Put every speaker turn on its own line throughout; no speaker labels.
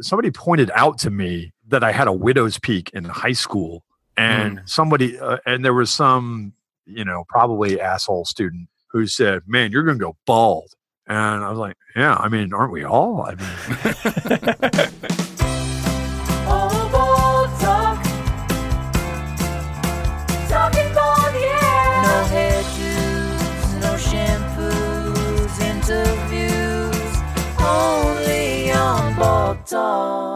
somebody pointed out to me that I had a widow's peak in high school, and somebody uh, and there was some you know probably asshole student who said, "Man, you're gonna go bald," and I was like, "Yeah, I mean, aren't we all?" I mean,
All ball talk. Talking ball, yeah. No hairdos, no shampoos, interviews. Only on ball talk.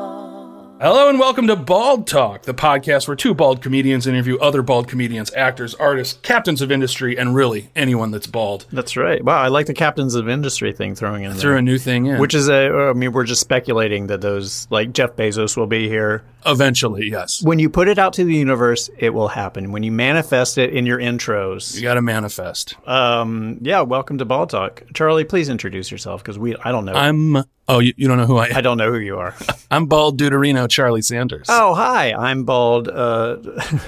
Hello and welcome to Bald Talk, the podcast where two bald comedians interview other bald comedians, actors, artists, captains of industry, and really anyone that's bald.
That's right. Wow, I like the captains of industry thing throwing in
Threw
there.
a new thing in,
Which is a, uh, I mean, we're just speculating that those, like Jeff Bezos will be here.
eventually, yes,
When you put it out to the universe, it will happen. When you manifest it in your intros.
you got to manifest.
Um, yeah, welcome to Ball Talk. Charlie, please introduce yourself because we, I don't know.
I'm oh, you, you don't know who I am.
I don't know who you are.
I'm bald Deuterino Charlie Sanders.
Oh, hi. I'm Bald, uh,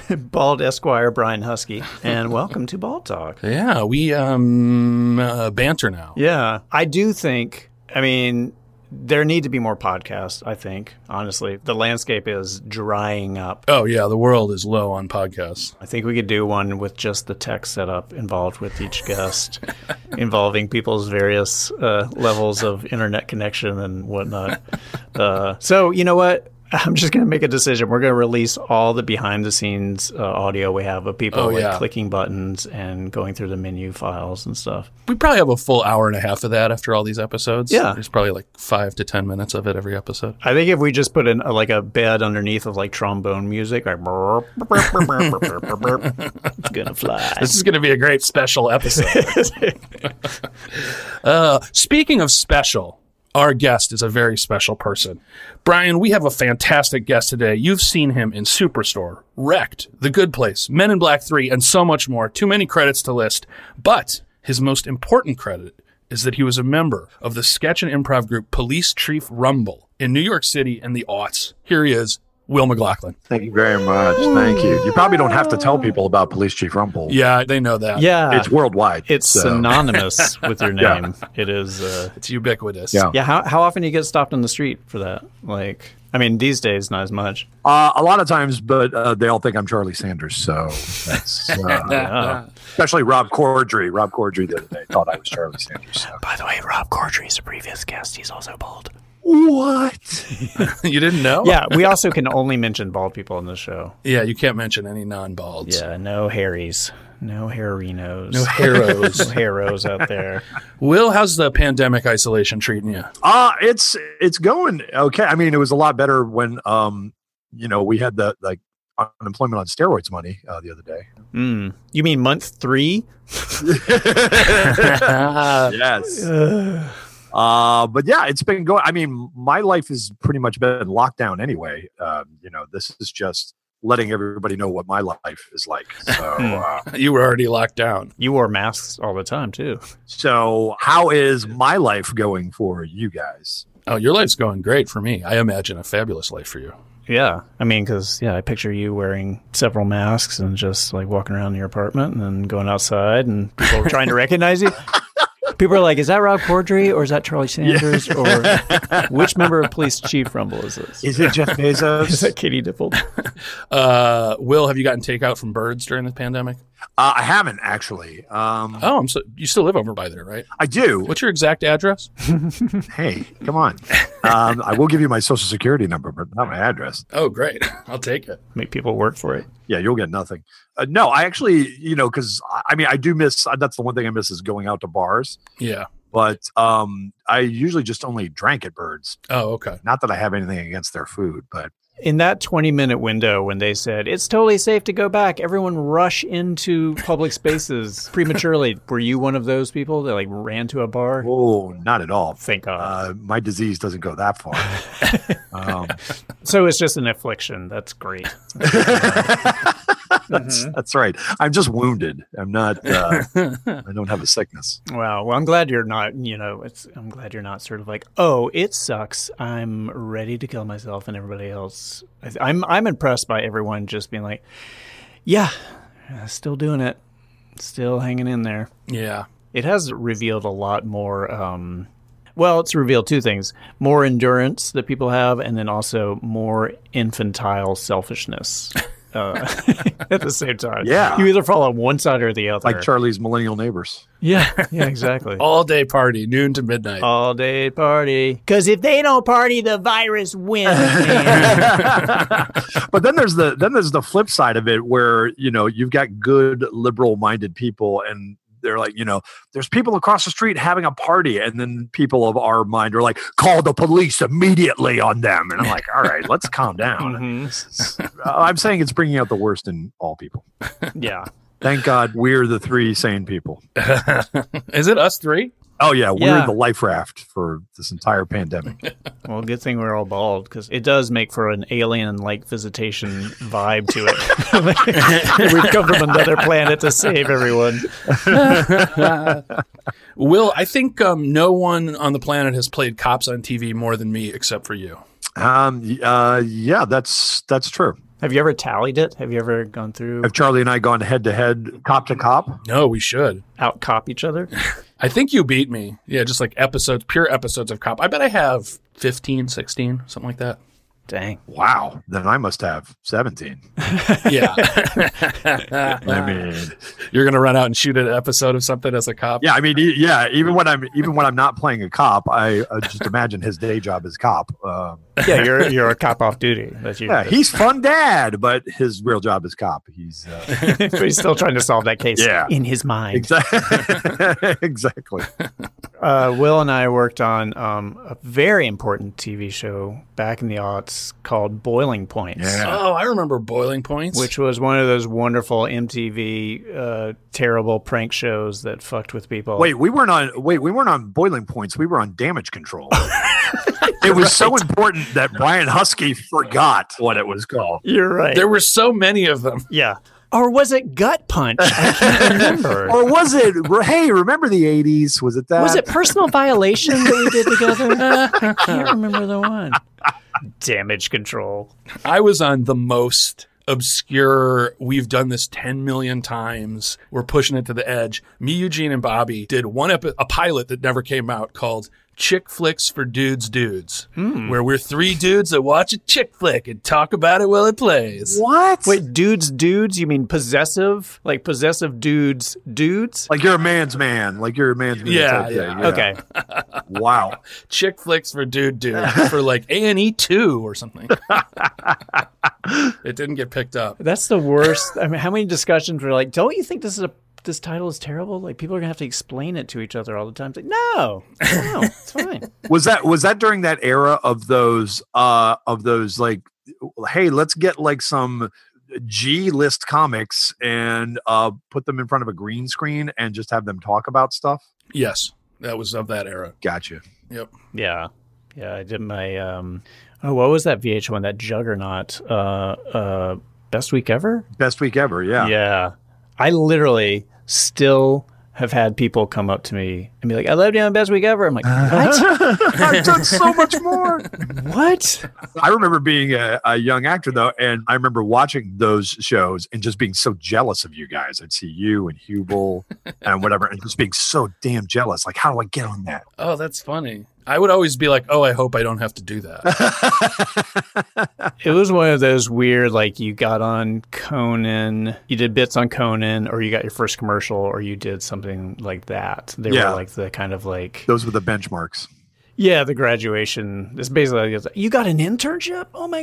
Bald Esquire Brian Husky, and welcome to Bald Talk.
Yeah, we um uh, banter now.
Yeah. I do think, I mean, there need to be more podcasts, I think, honestly. The landscape is drying up.
Oh yeah, the world is low on podcasts.
I think we could do one with just the tech setup involved with each guest, involving people's various uh, levels of internet connection and whatnot. Uh, so, you know what? I'm just going to make a decision. We're going to release all the behind the scenes uh, audio we have of people
Oh,
like
yeah.
clicking buttons and going through the menu files and stuff.
We probably have a full hour and a half of that after all these episodes.
Yeah.
there's probably like five to ten minutes of it every episode.
I think if we just put in a, like a bed underneath of like trombone music, like burp, burp, burp, burp, burp, burp, burp, burp, it's gonna fly.
This is going to be a great special episode. uh, speaking of special, our guest is a very special person. Brian, we have a fantastic guest today. You've seen him in Superstore, Wrecked, The Good Place, Men in Black 3, and so much more. Too many credits to list. But his most important credit is that he was a member of the sketch and improv group Police Chief Rumble in New York City in the aughts. Here he is, Will McLaughlin.
thank you very much. Thank you. You probably don't have to tell people about Police Chief Rumble.
Yeah, they know that.
Yeah,
it's
it's,
worldwide. so-
synonymous with your
Yeah.
name. It is. Uh,
It's ubiquitous.
Yeah.
yeah, how how often do you get stopped on the street for that? Like, I mean, these days not as much.
Uh, a lot of times, but uh, they all think I'm Charlie Sanders. So that's, uh, especially Rob Corddry. Rob Corddry the other day thought I was Charlie Sanders. So.
By the way, Rob Corddry is a previous guest. He's also bald.
What?
you didn't know?
Yeah, we also can only mention bald people on this show.
Yeah, you can't mention any non-balds.
Yeah, no Harrys, no
No
Harrinos, no
heroes.
Harrows out there.
Will, how's the pandemic isolation treating you?
Uh it's it's going okay. I mean, it was a lot better when um you know we had the like unemployment on steroids money uh, the other day.
Mm. You mean month three?
yes. Uh, but yeah, it's been going. I mean, my life has pretty much been locked down anyway. Um, you know, this is just letting everybody know what my life is like. So, uh,
you were already locked down.
You wore masks all the time too.
so how is my life going for you guys?
Oh, your life's going great for me. I imagine a fabulous life for you.
Yeah, I mean, because yeah, I picture you wearing several masks and just like walking around in your apartment and then going outside and people are trying to recognize you. People are like, "Is that Rob Corddry or is that Charlie Sanders or which member of Police Chief Rumble is this?
Is it Jeff
Is
Bezos? uh,
that Katie Dippold?"
Uh, Will, have you gotten takeout from birds during the pandemic?
Uh, I haven't actually. Um,
Oh, I'm so you still live over by there, right?
I do.
What's your exact address?
Hey, come on. Um, I will give you my social security number, but not my address.
Oh, great. I'll take it.
Make people work for it.
Yeah, you'll get nothing. Uh, no, I actually, you know, because I mean, I do miss. uh, That's the one thing I miss is going out to bars.
Yeah.
But um, I usually just only drank at Birds.
Oh, okay.
Not that I have anything against their food, but
in that 20 minute window when they said it's totally safe to go back everyone rush into public spaces prematurely were you one of those people that like ran to a bar
oh, not at all.
thank god
Uh, my disease doesn't go that far. um,
so it's just an affliction that's great
that's, that's right. I'm just wounded. I'm not. Uh, I don't have a sickness.
wow well i'm glad you're not you know it's i'm glad you're not sort of like oh it sucks i'm ready to kill myself and everybody else I th- i'm i'm impressed by everyone just being like yeah uh, still doing it still hanging in there
Yeah.
it has revealed a lot more um, Well, it's revealed two things more endurance that people have, and then also more infantile selfishness uh, at the same time.
Yeah.
You either fall on one side or the other.
like Charlie's millennial neighbors.
yeah, yeah, exactly.
All day party, noon to midnight.
All day party. Because if they don't party, the virus wins. man.
but then there's the then there's the flip side of it where you know you've got good liberal minded people and they're like you know there's people across the street having a party and then people of our mind are like call the police immediately on them and i'm like all right let's calm down
Mm-hmm.
Uh, i'm saying it's bringing out the worst in all people
Yeah.
thank god we're the three sane people
Is it us three?
oh yeah we're
Yeah.
the life raft for this entire pandemic
Well, good thing we're all bald because it does make for an alien like visitation vibe to it. We've come from another planet to save everyone.
Will, I think um, no one on the planet has played cops on TV more than me, except for you.
um y- uh yeah that's that's true
Have you ever tallied it? Have you ever gone through,
have charlie and i gone head to head cop to cop
No, we should.
out cop each other?
I think you beat me. Yeah, just like episodes, pure episodes of cop. I bet I have 15, 16, something like that.
Dang.
Wow. Then I must have 17.
Yeah.
I mean,
You're going to run out and shoot an episode of something as a cop.
yeah, I mean, e- yeah, even when I'm, even when I'm not playing a cop, I uh, just imagine his day job is cop. Um,
Yeah, you're you're a cop off duty. That's you.
yeah, he's fun dad, but his real job is cop. He's, uh,
but he's still trying to solve that case
Yeah.
in his mind.
exactly. exactly.
uh, Will and I worked on um, a very important TV show back in the aughts called Boiling Points,
Yeah.
Oh, I remember boiling points.
which was one of those wonderful MTV uh, terrible prank shows that fucked with people.
Wait, we weren't on, wait, we weren't on boiling points. We were on damage control. it was so important that Brian Husky forgot what it was called.
you're right.
there were so many of them.
yeah. Or was it Gut Punch? I can't remember.
Or was it, hey, remember the 80s? Was it that?
was it Personal Violation that we did together? I can't remember the one. Damage Control.
I was on the most obscure, we've done this 10 million times. We're pushing it to the edge. Me, Eugene, and Bobby did one epi- a pilot that never came out called Chick Flicks for Dudes Dudes,
Hmm.
where we're three dudes that watch a chick flick and talk about it while it plays.
What?
Wait, dudes, dudes? You mean possessive? Like possessive dudes, dudes?
Like you're a man's man. Like you're a man's man.
Yeah,
type
yeah.
thing.
Okay.
Wow.
Chick Flicks for Dude Dude for like A&E 2 or something. it didn't get picked up.
That's the worst. I mean, how many discussions were like, don't you think this is a this title is terrible? Like people are gonna have to explain it to each other all the time. It's like, no, no, it's fine.
was that was that during that era of those uh of those like hey let's get like some g list comics and uh put them in front of a green screen and just have them talk about stuff
Yes, that was of that era.
gotcha
Yep.
Yeah. Yeah, I did my um oh, what was that VH1, that juggernaut? Uh uh best week ever?
best week ever yeah,
Yeah. I literally still have had people come up to me and be like, I love you on best week ever. I'm like, what?
i've done so much more
what?
i remember being a, a young actor though and i remember watching those shows and just being so jealous of you guys i'd see you and hubel and whatever and just being so damn jealous like how do i get on that
Oh, that's funny. I would always be like, oh, I hope I don't have to do that.
It was one of those weird, like you got on Conan, you did bits on Conan, or you got your first commercial, or you did something like that. They
Yeah.
were like the kind of like,
those were the benchmarks
yeah, the graduation. It's basically like, you got an internship? Oh my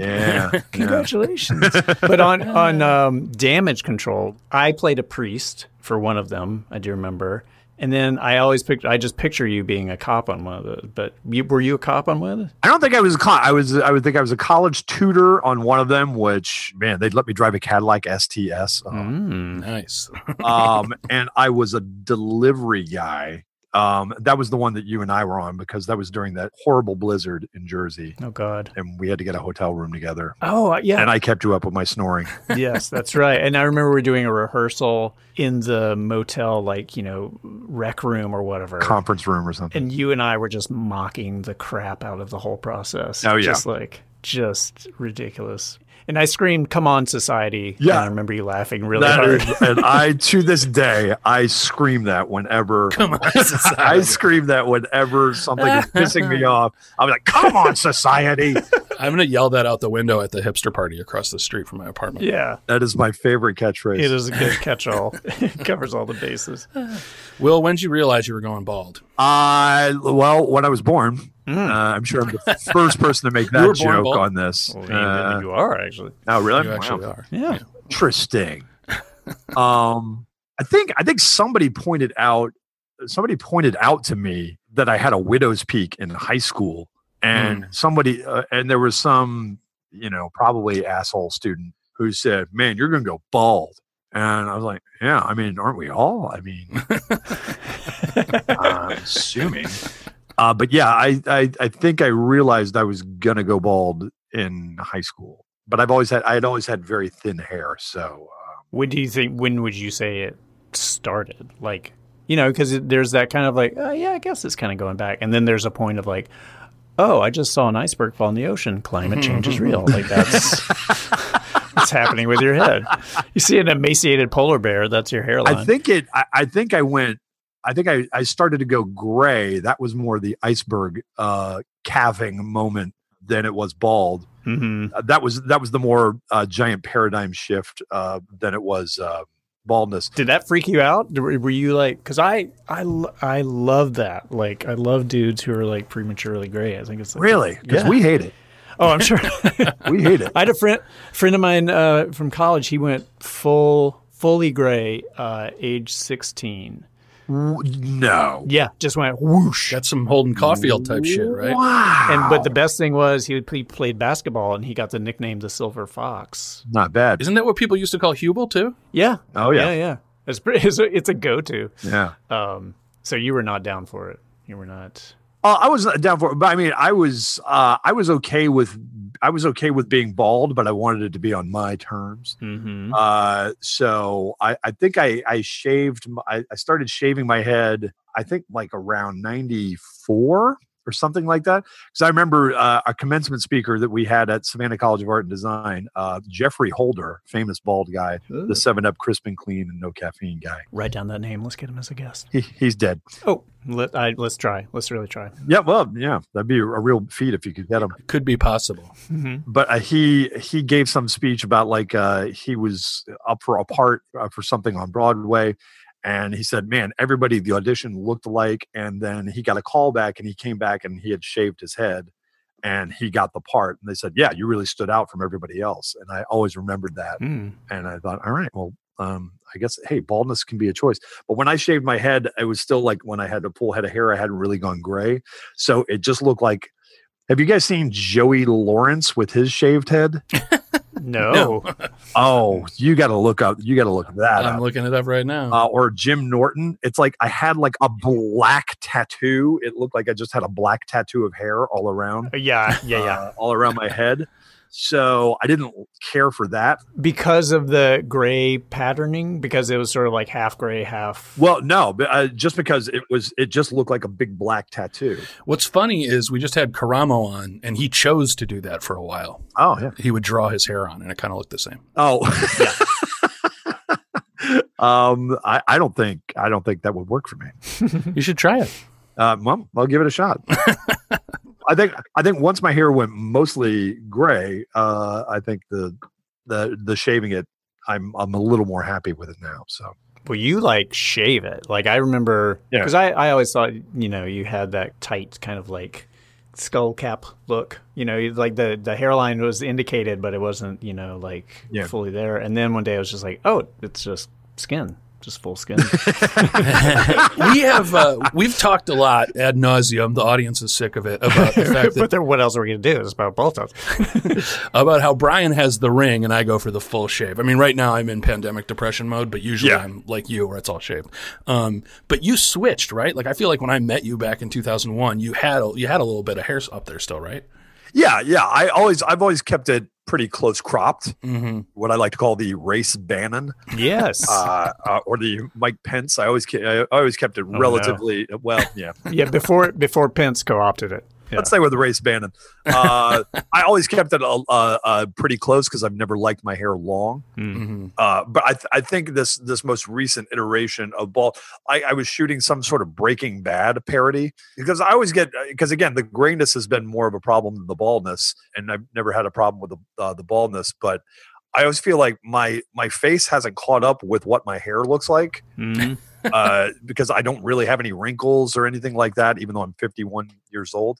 yeah
Congratulations. but on, on um, damage control, I played a priest for one of them. I do remember. And then I always picked, I just picture you being a cop on one of those. But you, were you a cop on one of those?
I don't think I was a con- I was I would think I was a college tutor on one of them, which man, they'd let me drive a Cadillac STS.
Mm.
Um,
nice.
um, and I was a delivery guy. Um, that was the one that you and I were on because that was during that horrible blizzard in Jersey,
Oh, God.
and we had to get a hotel room together.
Oh, yeah.
And I kept you up with my snoring.
yes, that's right. And I remember we were doing a rehearsal in the motel, like, you know, rec room or whatever.
Conference room or something.
and you and I were just mocking the crap out of the whole process.
Oh, yeah.
Just like, just ridiculous. And I screamed, "Come on, society!"
Yeah.
and I remember you laughing really
That
hard.
is, and I to this day I scream that whenever
Come on,
I
society.
scream that whenever something is pissing me off. I'm like, "Come on, society!"
I'm gonna yell that out the window at the hipster party across the street from my apartment.
yeah,
That is my favorite catchphrase.
it is a good catch-all. it covers all the bases.
Will, when'd you realize you were going bald?
I well, when I was born, uh, I'm sure I'm the first person to make
Hmm. were
that
born
joke
bald?
on this.
Well,
Uh,
you are actually.
oh, really?
You actually
Wow.
are.
Yeah.
Interesting. um, I think I think somebody pointed out somebody pointed out to me that I had a widow's peak in high school, and somebody uh, and there was some you know probably asshole student who said, "Man, you're going to go bald." And I was like, yeah, I mean, aren't we all? I mean, I'm assuming. Uh, but yeah, I, I I think I realized I was gonna go bald in high school, but I've always had I had always had very thin hair, so um,
When do you think? When would you say it started? Like, you know, because there's that kind of like, oh yeah, I guess it's kind of going back, and then there's a point of like, oh, I just saw an iceberg fall in the ocean. Climate change is real. Like that's what's happening with your head. You see an emaciated polar bear. That's your hairline.
I think it. I, I think I went. I think I I started to go gray. That was more the iceberg uh, calving moment than it was bald.
hmm
Uh, that was that was the more uh, giant paradigm shift uh, than it was uh, baldness.
Did that freak you out? Were were you like, because I, I, lo- I love that. Like, I love dudes who are like prematurely gray. I think it's like,
Really, because
Yeah.
we hate it.
Oh, I'm sure.
We hate it.
I had a friend, friend of mine uh, from college. He went full, fully gray, uh, age 16.
W- no.
Yeah, just went whoosh.
That's some Holden Caulfield type shit, right?
Wow.
And but the best thing was he, he played basketball and he got the nickname the Silver Fox.
not bad.
Isn't that what people used to call Hubel too?
Yeah.
Oh, yeah.
yeah, yeah. It's pretty. It's a, it's a go-to.
Yeah.
Um, so you were not down for it. You were not.
Uh, I was not down for it, but I mean, I was uh, I was okay with I was okay with being bald, but I wanted it to be on my terms.
Mm-hmm.
Uh, so I, I think I I shaved my, I I started shaving my head. I think like around ninety four or something like that. Because I remember uh, a commencement speaker that we had at Savannah College of Art and Design, uh, Jeffrey Holder, famous bald guy, the Seven Up, crisp and clean, and no caffeine guy.
Write down that name. Let's get him as a guest.
He, he's dead.
Oh, let I, let's try. Let's really try.
Yeah, well, yeah, that'd be a real feat if you could get him.
Could be possible.
Mm-hmm.
but uh, he he gave some speech about like uh, he was up for a part uh, for something on Broadway, and he said, "Man, everybody at the audition looked alike." And then he got a call back, and he came back, and he had shaved his head, and he got the part. And they said, "Yeah, you really stood out from everybody else." And I always remembered that,
Mm.
and I thought, "All right, well." Um, I guess hey, baldness can be a choice. But when I shaved my head, it was still like when I had a full head of hair, I hadn't really gone gray. So it just looked like have you guys seen Joey Lawrence with his shaved head?
No.
Oh, you got to look up. You got to look that
I'm
up.
looking it up right now.
Uh, or Jim Norton. It's like I had like a black tattoo. It looked like I just had a black tattoo of hair all around,
Yeah, yeah, yeah.
uh, all around my head. So I didn't care for that.
because of the gray patterning, because it was sort of like half gray, half.
Well, no, but uh, just because it was, it just looked like a big black tattoo.
What's funny is we just had Karamo on, and he chose to do that for a while.
Oh yeah.
He would draw his hair on, and it kind of looked the same.
Oh. um, I, I don't think I don't think that would work for me.
You should try it.
Uh, well, I'll give it a shot. I think I think once my hair went mostly gray, uh, I think the the the shaving it, I'm I'm a little more happy with it now. So
Well, you like shave it. Like I remember,
Yeah.
because I, I always thought, you know, you had that tight kind of like skull cap look. You know, you- like the, the hairline was indicated, but it wasn't, you know, like
Yeah.
fully there. And then one day I was just like, oh, it's just skin, just full skin.
we have uh, we've talked a lot ad nauseum. The audience is sick of it about the fact
but
that
then what else are we going to do? It's about both of us.
about how Brian has the ring and I go for the full shave. I mean, right now I'm in pandemic depression mode, but usually
Yeah.
I'm like you, where it's all shaved. Um, but you switched, right? Like I feel like when I met you back in 2001, you had a, you had a little bit of hair up there still, right?
yeah, yeah. I always I've always kept it pretty close cropped,
Mm-hmm.
what I like to call the race Bannon
Yes.
uh, uh, or the Mike Pence. I always ke- I always kept it
no.
relatively well. Oh, Yeah,
yeah. Before before Pence co opted it.
Let's say with the race Bannon. Uh, I always kept it uh, uh, pretty close because I've never liked my hair long.
Mm.
hmm
Uh, but I, th- I think this this most recent iteration of ball, I, I was shooting some sort of Breaking Bad parody because I always get because again the grayness has been more of a problem than the baldness, and I've never had a problem with the uh, the baldness, but I always feel like my my face hasn't caught up with what my hair looks like
Mm.
uh, because I don't really have any wrinkles or anything like that, even though I'm 51 years old.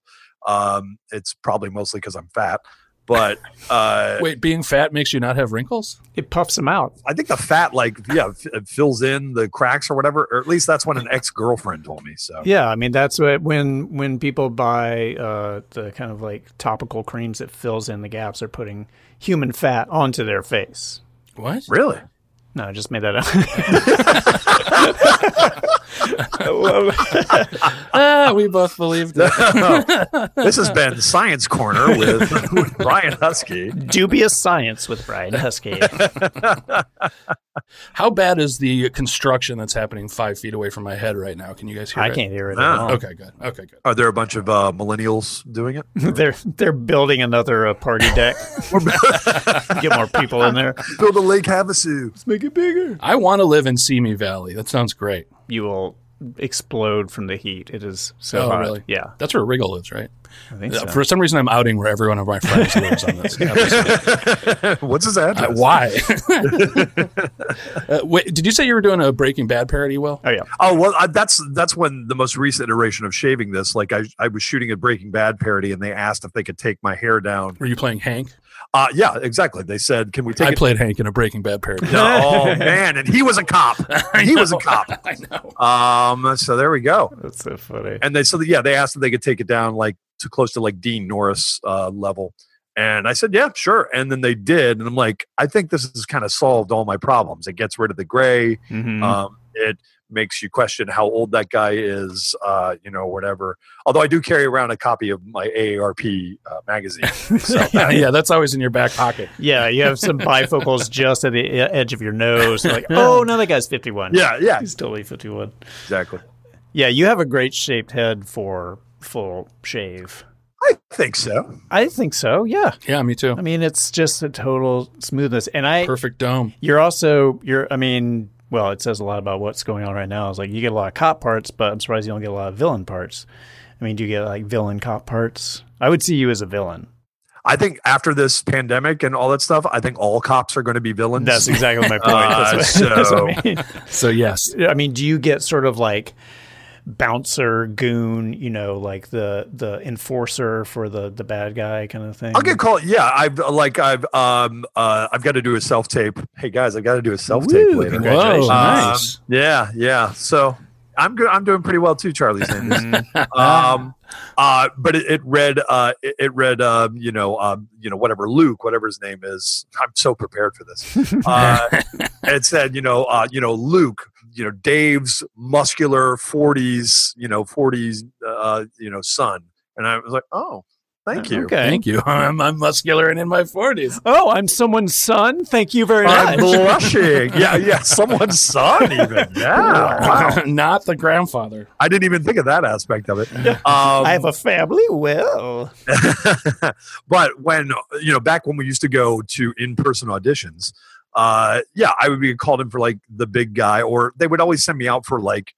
Um, it's probably mostly because I'm fat. But uh,
Wait, being fat makes you not have wrinkles?
It puffs them out.
I think the fat, like, yeah, f- it fills in the cracks or whatever, or at least that's what an ex girlfriend told me. So,
Yeah, I mean that's what when when people buy uh, the kind of like topical creams that fills in the gaps, they're putting human fat onto their face.
What?
really?
No, I just made that up. I love it.
Ah, we both believed it.
this has been Science Corner with, with Brian Husky.
Dubious science with Brian Husky.
How bad is the construction that's happening five feet away from my head right now? Can you guys hear
I
it?
can't hear it.
Ah.
At all.
Okay, good. Okay, good.
Are there a bunch of uh, millennials doing it?
they're they're building another uh, party deck. Get more people in there.
Build a Lake Havasu.
Make it bigger.
I want to live in Simi Valley. That sounds great.
You will explode from the heat. It is so
Oh,
hot.
really?
Yeah,
That's where Riggle lives, right?
I think
Uh,
so.
For some reason, I'm outing where every one of my friends lives on this. episode.
What's his
Uh,
address?
why? uh, wait, did you say you were doing a Breaking Bad parody, Will?
oh yeah.
Oh well, I, that's that's when the most recent iteration of shaving this. Like I, I was shooting a Breaking Bad parody, and they asked if they could take my hair down.
Were you playing Hank?
Uh yeah, exactly. They said, "Can we take
I
it?"
played Hank in a Breaking Bad parody.
No, oh man, and he was a cop. He was a cop.
I know.
Um, so there we go.
That's so funny.
And they said, that, yeah, they asked if they could take it down like to close to like Dean Norris uh, level. And I said, yeah, sure. And then they did. And I'm like, I think this has kind of solved all my problems. It gets rid of the gray.
Mhm.
Um, it makes you question how old that guy is, uh, you know, whatever. Although I do carry around a copy of my AARP uh, magazine. So
yeah, yeah, that's always in your back pocket.
Yeah, you have some bifocals just at the e- edge of your nose. Like, oh no, that guy's fifty-one.
yeah, yeah,
he's totally fifty-one.
exactly.
Yeah, you have a great shaped head for full shave.
I think so.
I think so. Yeah,
Yeah, me too.
I mean it's just a total smoothness, and I
Perfect dome.
you're also you're. I mean, well, it says a lot about what's going on right now. It's like you get a lot of cop parts, but I'm surprised you don't get a lot of villain parts. I mean, do you get like villain cop parts? I would see you as a villain.
I think after this pandemic and all that stuff, I think all cops are going to be villains.
That's exactly my point.
Uh,
that's, what, that's
so-
what I mean.
So yes,
I mean, do you get sort of like bouncer goon, you know, like the the enforcer for the the bad guy kind of thing?
I'll get called. Yeah, I've like I've um uh I've got to do a self tape. Hey guys, I've got to do a self tape
Woo,
later.
congrats. Congratulations.
Whoa,
Um,
nice.
yeah, yeah. So I'm good. I'm doing pretty well too, Charlie Sanders. um, uh, but it, it read, uh, it, it read, um, you know, um, you know, whatever Luke, whatever his name is. I'm so prepared for this. Uh, it said, you know, uh, you know, Luke, you know, Dave's muscular 40s, you know, 40s, uh, you know, son. And I was like, oh, thank you.
Okay.
Thank you. I'm, I'm muscular and in my 40s.
Oh, I'm someone's son. Thank you very
I'm
much.
blushing. Yeah, yeah. Someone's son, even. Yeah. Wow.
Not the grandfather.
I didn't even think of that aspect of it. Um, I
I have a family. Well,
but when you know, back when we used to go to in-person auditions, uh, yeah, I would be called in for like the big guy, or they would always send me out for like,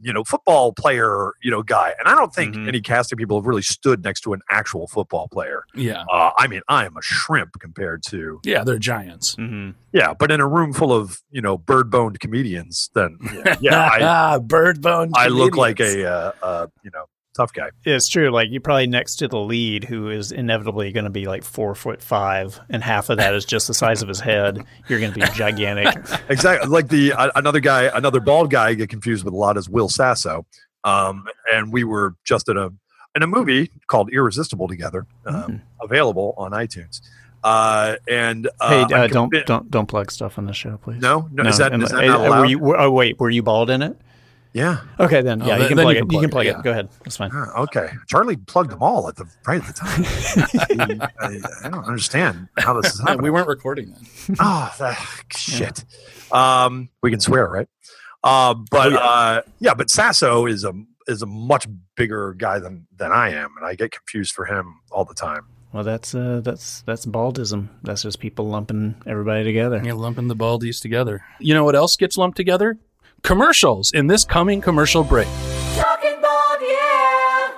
you know, football player, you know, guy. And I don't think
Mhm.
any casting people have really stood next to an actual football player.
Yeah.
Uh, I mean, I am a shrimp compared to
Yeah, they're giants.
Mm-hmm.
yeah, but in a room full of you know bird-boned comedians, then yeah, yeah, I,
ah, bird bone.
I look like
comedians.
a uh, uh, you know tough guy.
it's true. Like you're probably next to the lead, who is inevitably going to be like four foot five, and half of that is just the size of his head. You're going to be gigantic.
Uh, exactly like the uh, another guy another bald guy I get confused with a lot is will sasso um, and we were just in a in a movie called irresistible together um,
Mm.
available on itunes uh, and uh,
hey,
I'm
uh, don't
convi-
don't don't plug stuff on the show, please.
no, no, is that,
and-
is that
hey,
not
uh,
allowed?
Were you, were, oh wait, were you bald in it?
yeah
Okay, then
Oh,
yeah,
then-
you can
then
plug
you
it.
can
You
plug
can plug
it,
it.
yeah.
Go ahead. That's fine.
Ah, okay charlie plugged them all at the right at the time I, I don't understand how this is
Yeah,
happening
we weren't recording that.
oh that, shit
Oh,
um we can swear right uh but uh yeah but sasso is a is a much bigger guy than than I am, and I get confused for him all the time.
Well, that's uh, that's that's baldism. That's just people lumping everybody together.
Yeah, lumping the baldies together. You know what else gets lumped together? Commercials in this coming commercial break.
Talking bald, yeah.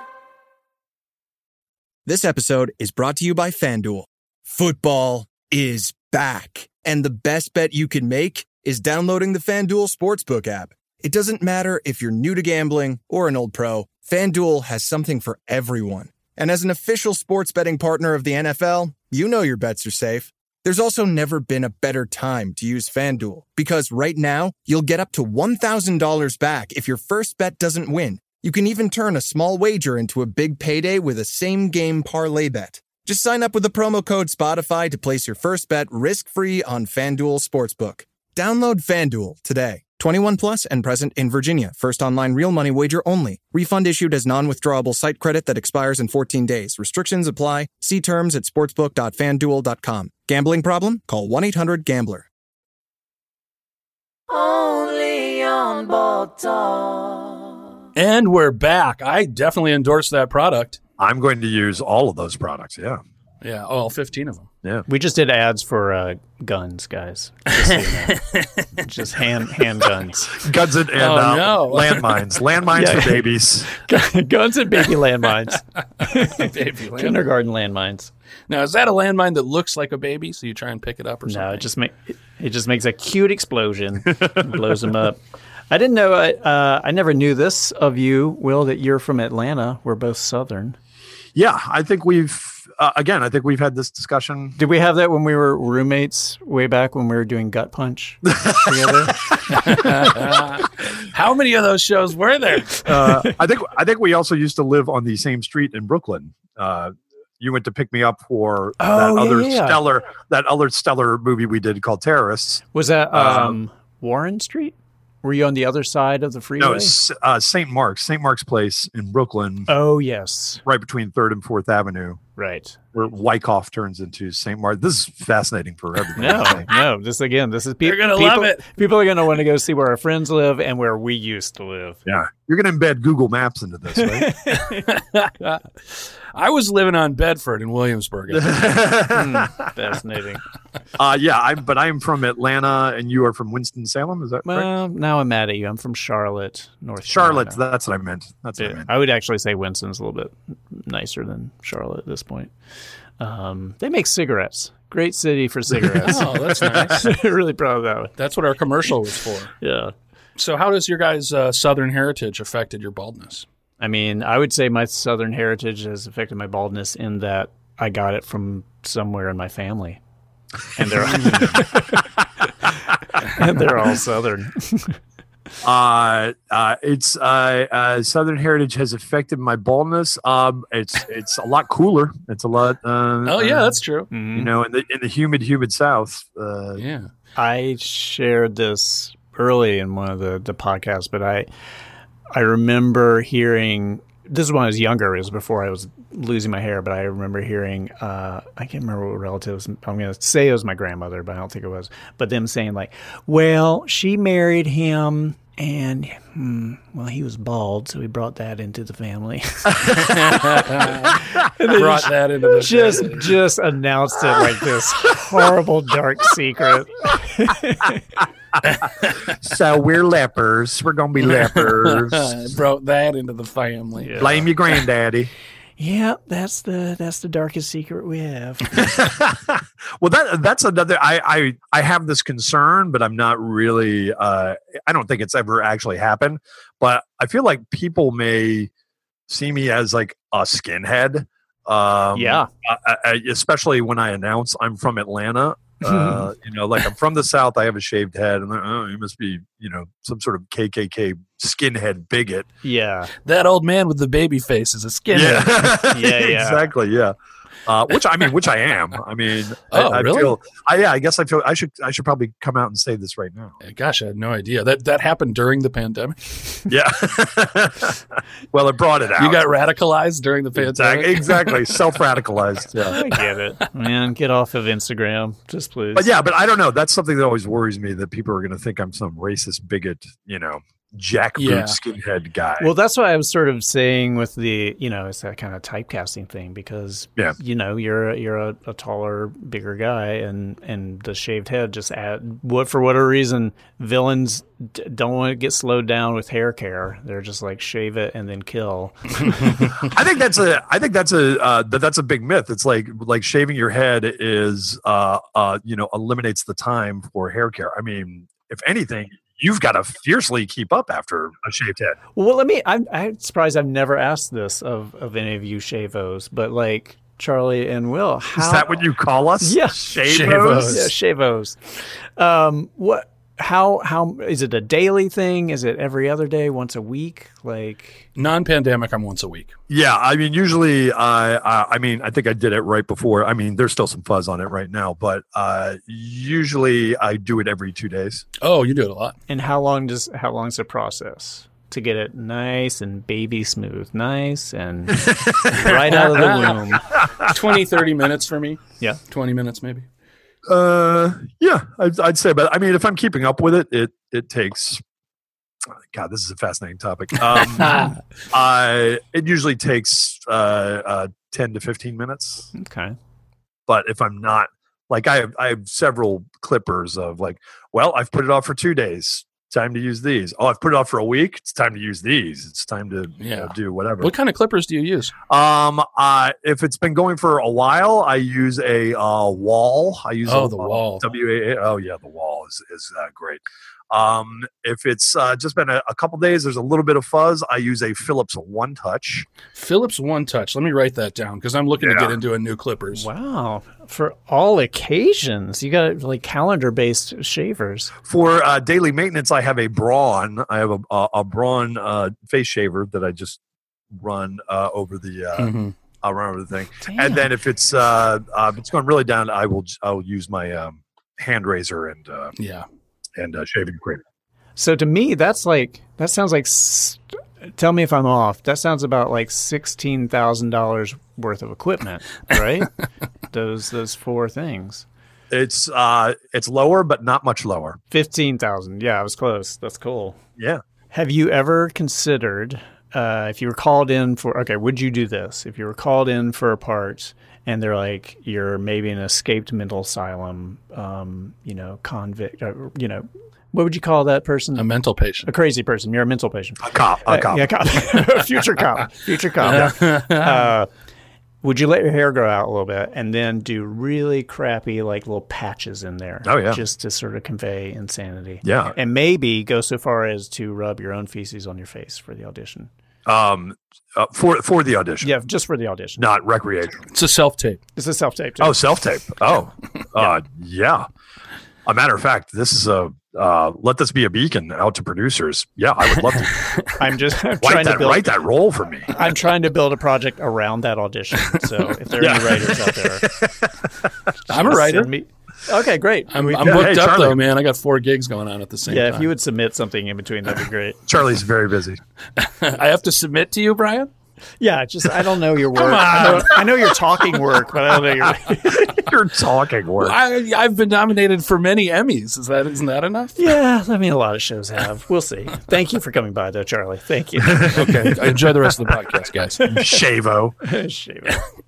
This episode is brought to you by FanDuel. Football is back, and the best bet you can make is downloading the FanDuel Sportsbook app. It doesn't matter if you're new to gambling or an old pro, FanDuel has something for everyone. And as an official sports betting partner of the NFL, you know your bets are safe. There's also never been a better time to use FanDuel because right now you'll get up to $1,000 back if your first bet doesn't win. You can even turn a small wager into a big payday with a same game parlay bet. Just sign up with the promo code Spotify to place your first bet risk free on FanDuel Sportsbook. Download FanDuel today. 21 plus and present in Virginia. First online real money wager only. Refund issued as non withdrawable site credit that expires in 14 days. Restrictions apply. See terms at sportsbook.fanduel.com. Gambling problem? Call 1 800 Gambler.
Only on bald talk.
And we're back. I definitely endorse that product.
I'm going to use all of those products. Yeah,
Yeah, all 15 of them.
yeah.
We just did ads for uh, guns, guys. Just, so you know. Just hand handguns,
Guns and, and
Oh,
uh,
no.
landmines, landmines
Yeah.
for babies.
guns and baby landmines,
Baby landmine.
kindergarten landmines.
Now, is that a landmine that looks like a baby? So you try and pick it up or something?
No, it just make it, it just makes a cute explosion, and blows them up. I didn't know. I uh, I never knew this of you, Will. That you're from Atlanta. We're both Southern.
Yeah, I think we've uh, again. I think we've had this discussion.
Did we have that when we were roommates way back when we were doing gut punch together?
How many of those shows were there?
Uh, I think I think we also used to live on the same street in Brooklyn. Uh, you went to pick me up for that
Oh, yeah,
other
yeah, yeah.
stellar that other stellar movie we did called Terrorists.
Was that um, Warren Street? Were you on the other side of the freeway?
No, it's, uh, St. Mark's, St. Mark's Place in Brooklyn,
oh yes,
right between Third and Fourth Avenue,
right.
where Wyckoff turns into St. Mark. This is fascinating for everybody.
No,
I think.
no. This again. This is people.
They're gonna
people,
love it.
People are gonna want to go see where our friends live and where we used to live.
yeah, you're going to embed Google Maps into this, right?
I was living on Bedford in Williamsburg.
Fascinating.
uh, yeah, I'm, but I'm from Atlanta, and you are from Winston Salem. Is that right?
well, now I'm mad at you. I'm from Charlotte, North.
Charlotte.
Carolina.
That's what I meant. That's what I
Yeah,
meant.
I would actually say Winston's a little bit nicer than Charlotte at this point. Um, they make cigarettes. Great city for cigarettes.
oh, that's nice.
really proud of that one.
That's what our commercial was for.
Yeah.
So, how does your guys' uh, Southern heritage affected your baldness?
I mean, I would say my Southern heritage has affected my baldness in that I got it from somewhere in my family. And they're and they're all Southern.
uh, uh, it's uh, uh, Southern heritage has affected my baldness. Um, it's it's a lot cooler. It's a lot. Uh,
Oh, yeah, that's true.
Mm.
you know, in the in the humid, humid South. Uh,
Yeah.
I shared this early in one of the, the podcasts, but I I remember hearing this is when I was younger, it was before I was losing my hair, but I remember hearing uh, I can't remember what relatives I'm gonna say it was my grandmother, but I don't think it was. But them saying like, Well, she married him and hmm, well he was bald, so we brought that into the family.
Brought that into the
just just announced it like this horrible dark secret.
So we're lepers. We're gonna be lepers.
Brought that into the family.
Blame your granddaddy.
Yeah, that's the that's the darkest secret we have.
Well, that that's another. I I I have this concern, but I'm not really. Uh, I don't think it's ever actually happened. But I feel like people may see me as like a skinhead. Um,
yeah,
I, I, especially when I announce I'm from Atlanta. Uh, you know, like I'm from the South. I have a shaved head, and they're, oh, you must be, you know, some sort of KKK skinhead bigot.
yeah.
That old man with the baby face is a skinhead.
yeah,
Yeah, yeah.
exactly, yeah. Uh, which I mean, which I am. I mean, I-
Oh,
I,
really?
feel. I, yeah, I guess I feel. I should. I should probably come out and say this right now.
Gosh, I had no idea. That that happened during the pandemic.
Yeah. well, it brought it out.
You got radicalized during the
exactly,
pandemic.
exactly self radicalized. Yeah.
I get it, man. Get off of Instagram, just please.
But yeah, but I don't know. That's something that always worries me that people are going to think I'm some racist bigot. You know, jackboot
Yeah.
skinhead guy.
Well, that's what I was sort of saying with the, you know, it's that kind of typecasting thing because,
Yeah.
you know, you're a, you're a, a taller, bigger guy, and and the shaved head just add what for whatever reason villains d- don't want to get slowed down with hair care. They're just like shave it and then kill.
I think that's a I think that's a uh, that, that's a big myth. It's like like shaving your head is uh uh you know eliminates the time for hair care. I mean, if anything, you've got to fiercely keep up after a shaved head.
Well, let me. I'm, I'm surprised I've never asked this of of any of you shavos, but like Charlie and Will,
Is
how
that what you call us?
Yeah,
Shavos.
Yeah, shavos. Um, what? How? How is it a daily thing? Is it every other day? Once a week? Like
Non-pandemic, I'm once a week.
Yeah, I mean, usually, uh, I, I mean, I think I did it right before. I mean, there's still some fuzz on it right now, but uh, usually I do it every two days.
Oh, you do it a lot.
and how long does how long's the process to get it nice and baby smooth, nice and right out of the womb?
20, 30 minutes for me.
Yeah.
20 minutes maybe.
Uh, yeah, I'd, I'd say, but I mean, if I'm keeping up with it, it it takes. God, this is a fascinating topic. Um, I it usually takes uh, uh, ten to fifteen minutes.
Okay.
but if I'm not like I have I have several clippers of like, well, I've put it off for two days. Time to use these. Oh, I've put it off for a week. It's time to use these. It's time to you know,
Yeah.
do whatever.
What kind of clippers do you use?
Um, uh, if it's been going for a while, I use a uh, wall. I use
Oh,
a,
the wall.
W A. Oh yeah, the wall is is uh, great. Um, if it's uh, just been a, a couple days, there's a little bit of fuzz. I use a Phillips One Touch.
Phillips One Touch. Let me write that down because I'm looking to
Yeah.
get into a new clippers.
Wow. For all occasions, you got like calendar based shavers.
for uh, daily maintenance, I have a brawn. I have a a, a brawn uh, face shaver that I just run uh, over the
Hmm.
uh,
Mhm.
I run over the thing.
Damn.
And then if it's uh, uh, if it's going really down, I will j- I will use my um, hand razor and uh,
Yeah.
and uh, shaving cream.
So to me, that's like that sounds like. s tell me if I'm off. That sounds about like sixteen thousand dollars worth of equipment, right? those those four things.
It's uh, it's lower, but not much lower.
Fifteen thousand. Yeah, I was close. That's cool.
Yeah.
Have you ever considered uh, if you were called in for okay? Would you do this if you were called in for a part? And they're like, you're maybe an escaped mental asylum, um, you know, convict, uh, you know, what would you call that person?
A mental patient.
a crazy person. You're a mental patient.
A cop, a
Uh,
cop.
Yeah, cop. Future cop. Future cop. Uh, would you let your hair grow out a little bit and then do really crappy, like little patches in there?
Oh, yeah.
Just to sort of convey insanity.
Yeah.
And maybe go so far as to rub your own feces on your face for the audition.
Um, uh, for for the audition,
Yeah, just for the audition.
not recreational.
It's a self tape.
It's a self tape.
Oh, self tape. Oh, uh, yeah. A matter of fact, this is a uh, let this be a beacon out to producers. Yeah, I would love to.
I'm just I'm
write
trying to
that
build.
write that role for me.
I'm trying to build a project around that audition. So if there are any
Yeah.
writers out there,
I'm a writer.
send me- Okay, great.
I'm, I'm
Yeah,
booked
hey,
up
Charlie.
though, man. I got four gigs going on at the same
yeah,
time.
if you would submit something in between, that'd be great.
Charlie's very busy.
I have to submit to you, Brian.
Yeah, just I don't know your work. I, know, I know your talking work, but I don't know your.
You're talking work.
I, I've been nominated for many Emmys. Is that isn't that enough?
yeah, I mean, a lot of shows have. We'll see. Thank you for coming by, though, Charlie. Thank you.
Okay. Enjoy the rest of the podcast, guys.
Shavo.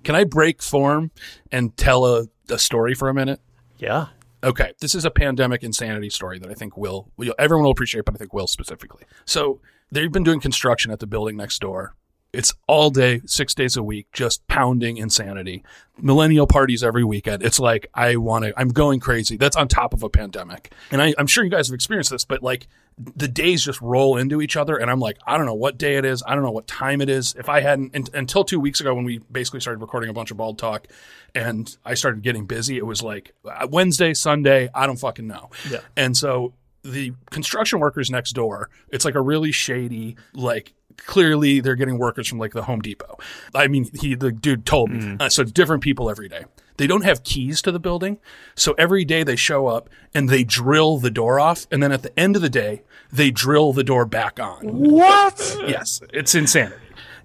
Can I break form and tell a, a story for a minute?
yeah.
Okay, this is a pandemic insanity story that I think will will- everyone will appreciate, but I think will specifically. So they've been doing construction at the building next door. It's all day, six days a week, just pounding insanity. Millennial parties every weekend. It's like I want to. I'm going crazy. That's on top of a pandemic, and I, I'm sure you guys have experienced this. But like the days just roll into each other, and I'm like, I don't know what day it is. I don't know what time it is. If I hadn't un until two weeks ago when we basically started recording a bunch of bald talk, and I started getting busy, it was like uh, Wednesday, Sunday. I don't fucking know. Yeah. And so the construction workers next door, it's like a really shady, like clearly they're getting workers from like the Home Depot. I mean, he the dude told me. Uh, so different people every day. They don't have keys to the building. So every day they show up and they drill the door off and then at the end of the day, they drill the door back on
What?
yes, it's insanity.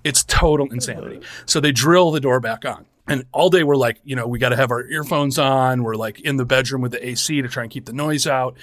It's total insanity. So they drill the door back on. And all day we're like, you know, we got to have our earphones on. We're like in the bedroom with the AC to try and keep the noise out.